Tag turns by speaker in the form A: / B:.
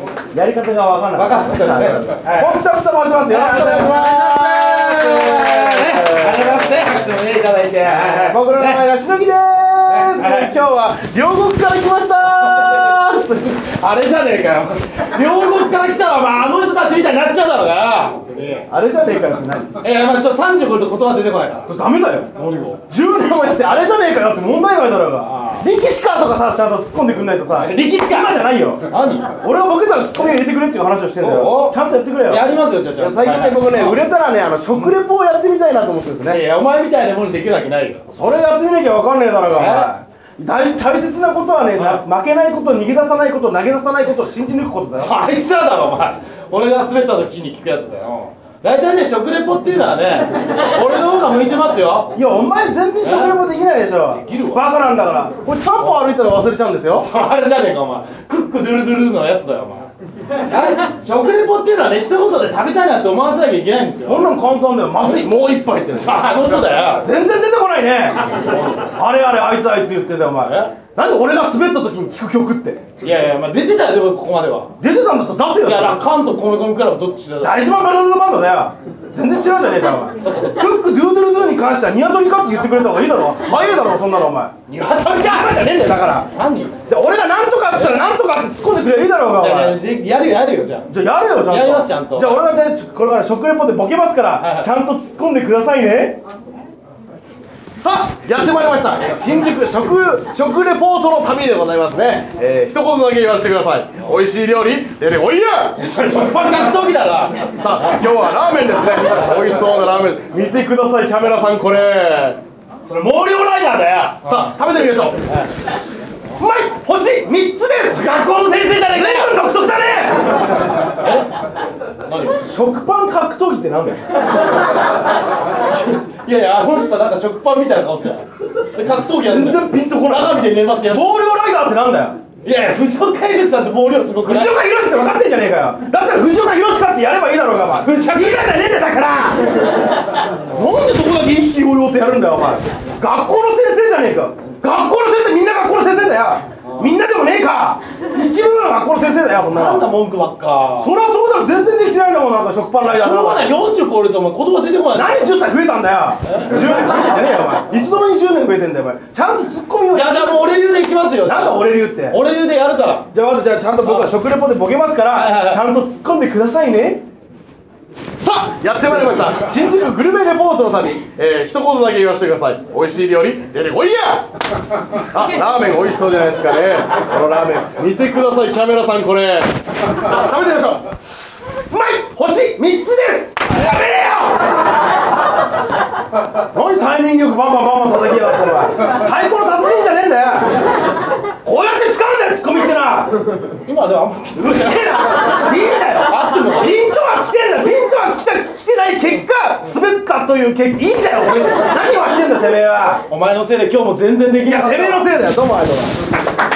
A: 手が分からなかったはい本田と申しますよろしくお願いします
B: 分かんなかったありがとうございますねありがとうございます拍手もねいただいてはいはい
A: 僕の名前がしのぎです、
B: は
A: 今
B: い
A: 日は両国から来ました
B: あれじゃねえかよ両国から来たらお前あの人たちみたいになっちゃうだろうが
A: あれじゃねえかよって何
B: いやまあちょっと35で言葉出てこないから
A: それダメだよ
B: 何が
A: 10年もやってあれじゃねえかよって問題外だろうが力士かとかさちゃんと突っ込んでくんないとさ
B: 力士か
A: 今じゃないよ
B: 何
A: 俺はボケたら突っ込み入れてくれっていう話をしてんだよ
B: そう
A: ちゃんとやってくれよ
B: やりますよじゃあじ
A: い
B: ゃ
A: や
B: あ
A: 最近ね僕ね売れたらねあの食レポをやってみたいなと思ってるんです
B: い
A: ね
B: やお前みたいなもんにできるわけないよ
A: それやってみなきゃ分かんねえだろうがお前大大切なことはね、な負けないこと逃げ出さないこと投げ出さないことを信じ抜くことだよ
B: あいつらだろお前俺が滑った時に聞くやつだよ大体ね食レポっていうのは ね俺の方が向いてますよ
A: いやお前全然食レポできないでしょ
B: できるわ
A: バカなんだからこれ3歩歩いたら忘れちゃうんですよ
B: それあれじゃねえかお前クックドゥルドゥルのやつだよお前あれ食レポっていうのはね一言で食べたいなって思わせなきゃいけないんです
A: こ
B: よ
A: んなの簡単だよまずいもう一杯ってね
B: あの人だよ
A: 全然出てこない ねあれあれあいつあいつ言ってたよお前
B: え
A: なんで俺が滑った時に聴く曲って
B: いやいや、まあ、出てたよでもここまでは
A: 出てたんだったら出せよ
B: いやだからカンと米米クラブどっちだよ
A: 大島ブラザーズバンドだよ全然違うじゃねえかお前クックドゥードゥルドゥに関してはニワトリかって言ってくれた方がいいだろ早いだろそんなのお前
B: 鶏かじゃねえんだよ
A: だから
B: 何よ
A: で俺がなんとかって言ったらなんとかって突っ込んでくれりゃいいだろうがお
B: じゃあ
A: 前
B: じゃあでやるよやるよじゃあ
A: じゃあやれよちゃんと
B: やりますちゃんと
A: じゃあ俺がじゃあこれから食レポでボケますから、
B: はいはい
A: ちゃんと突っ込んでくださいねさあやってまいりました新宿食食レポートの旅でございますね、えー、一言だけ言わせてください美味しい料理出ておいや
B: それ食パン格闘技だな
A: さあ今日はラーメンですね美味しそうなラーメン見てくださいキャメラさんこれ
B: それ毛量ライダーだよ
A: さあ食べてみましょううまい星3つです学校の先生じゃねえか随分独特だね
B: 何よ
A: 食パン格闘技ってなんだよ
B: いやいや、あの人はなんか食パンみたいな顔してたよ。で格闘技やっ
A: 全
B: てたよ
A: 然ピンとこない
B: 長見で年末やる
A: ボールライダーってなんだよ
B: いやいや、藤岡海物さんって毛量すごくな
A: 藤
B: い
A: 岡弘って分かってんじゃねえかよだったら藤岡弘かってやればいいだろうがお前藤岡弘じゃねえんだよだからなんでそこだけ意気揚々とやるんだよお前学校の先生じゃねえか学校の先生みんな学校の先生だよみんなでもねえか一部の学校の先生だよそんな
B: なんだ
A: の
B: 文句ばっか
A: そりゃそうだろ全然できてないんだもんなんか食パンライ
B: し
A: ダー
B: ょうがない、40超えるとお前言葉出てこない
A: 何10歳増えたんだよ10年増えてんじゃねえよお前いつの間に10年増えてんだよお前ちゃんとツッコミを
B: じゃあじゃあもう俺流でいきますよ
A: なんだ俺流って
B: 俺流でやるから
A: じゃあまずじゃあちゃんと僕は食レポでボケますから、
B: はいはいはい
A: ちゃんと突っ込んでくださいねさあやってまいりました新宿グルメレポートの旅、えー、一言だけ言わせてください美味しい料理出てこいやあラーメン美味しそうじゃないですかねこのラーメン見てくださいキャメラさんこれさあ食べてみましょううまい星3つですやめれよ何タイミングよくバンバンバンバン叩きやがってお前太鼓の達人じゃねえんだよこうやって使うんだよツッコミってのは
B: 今ではあんま
A: うるせえな、いいんだよ、
B: 合ってんのか
A: ピントは来てんだ、ピントは来た来てない結果、滑ったという結果、いいんだよ、俺、何をしてんだ、てめえは。
B: お前のせいで今日も全然でき
A: い
B: な
A: や、
B: かった
A: てめえのせいだよ、どうもありがとうございます。